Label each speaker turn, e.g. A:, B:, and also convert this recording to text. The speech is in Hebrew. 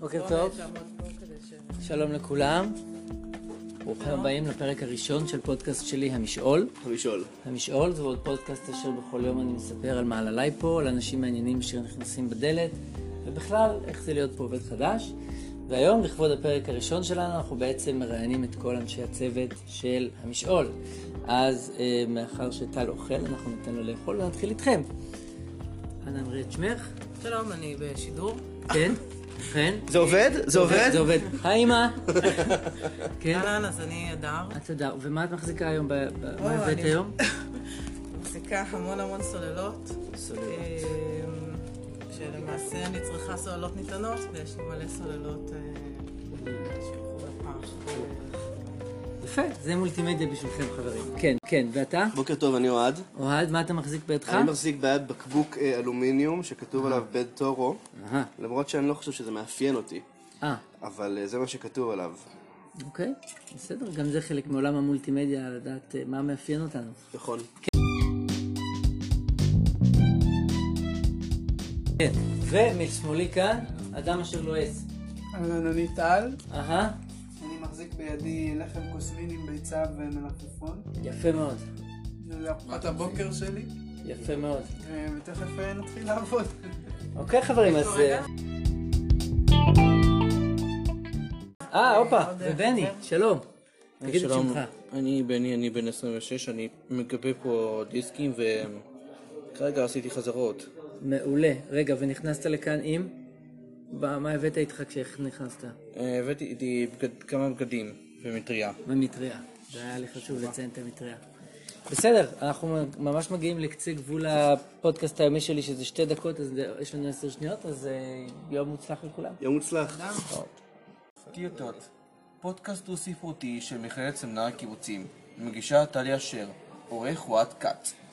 A: בוקר טוב, שלום לכולם. ברוכים הבאים לפרק הראשון של פודקאסט שלי, המשעול.
B: המשעול.
A: המשעול זהו עוד פודקאסט אשר בכל יום אני מספר על מעללי פה, על אנשים מעניינים אשר נכנסים בדלת, ובכלל, איך זה להיות פה עובד חדש. והיום, לכבוד הפרק הראשון שלנו, אנחנו בעצם מראיינים את כל אנשי הצוות של המשעול. אז אה, מאחר שטל אוכל, אנחנו ניתן לו לאכול ונתחיל איתכם. אנא אמרי את שמך.
C: שלום, אני בשידור.
A: כן, כן.
B: זה עובד? זה עובד?
A: זה עובד. היי אמא. כן.
C: אהלן, אז אני אדר.
A: את יודעת, ומה את מחזיקה היום? ב- ב-
C: או,
A: מה הבאת
C: אני-
A: היום?
C: מחזיקה המון המון סוללות.
A: סוללות.
C: אה. אמ, שלמעשה אני צריכה סוללות ניתנות, ויש לי מלא סוללות אה, שהלכו בפח.
A: יפה, זה מולטימדיה בשבילכם חברים. כן, כן, ואתה?
B: בוקר טוב, אני אוהד.
A: אוהד, מה אתה מחזיק בידך?
B: אני מחזיק ביד בקבוק אה, אלומיניום שכתוב עליו בד טורו,
A: אהה.
B: למרות שאני לא חושב שזה מאפיין אותי,
A: אה,
B: אבל אה, זה מה שכתוב עליו.
A: אוקיי, בסדר, גם זה חלק מעולם המולטימדיה, לדעת אה, מה מאפיין אותנו.
B: נכון.
A: כן, ומשמאלי כאן, אדם אשר לועס.
D: אהלן, אני טל,
A: אהה,
D: אני מחזיק בידי לחם קוסמין עם ביצה ומלפפון.
A: יפה מאוד,
D: זה ארוחת הבוקר שלי,
A: יפה מאוד.
D: אה, ותכף אה, נתחיל לעבוד.
A: אוקיי חברים, אז... אה, אה, הופה, ובני, שלום. תגיד את
E: אה, שלום,
A: שמך.
E: אני בני, אני בן 26, אני מגבה פה דיסקים וכרגע עשיתי חזרות.
A: מעולה. רגע, ונכנסת לכאן עם? ב- מה הבאת איתך כשנכנסת?
E: אה, הבאתי איתי בגד- כמה בגדים ומטריה.
A: במטריה. זה היה לי חשוב לציין את המטריה. בסדר, אנחנו ממש מגיעים לקצה גבול הפודקאסט היומי שלי, שזה שתי דקות, אז יש לנו עשר שניות, אז אה, יום מוצלח לכולם.
B: יום מוצלח.
E: טיוטות פודקאסט דו-ספרותי של מכללת סמנר הקיבוצים מגישה טלי אשר, עורך אוהד כץ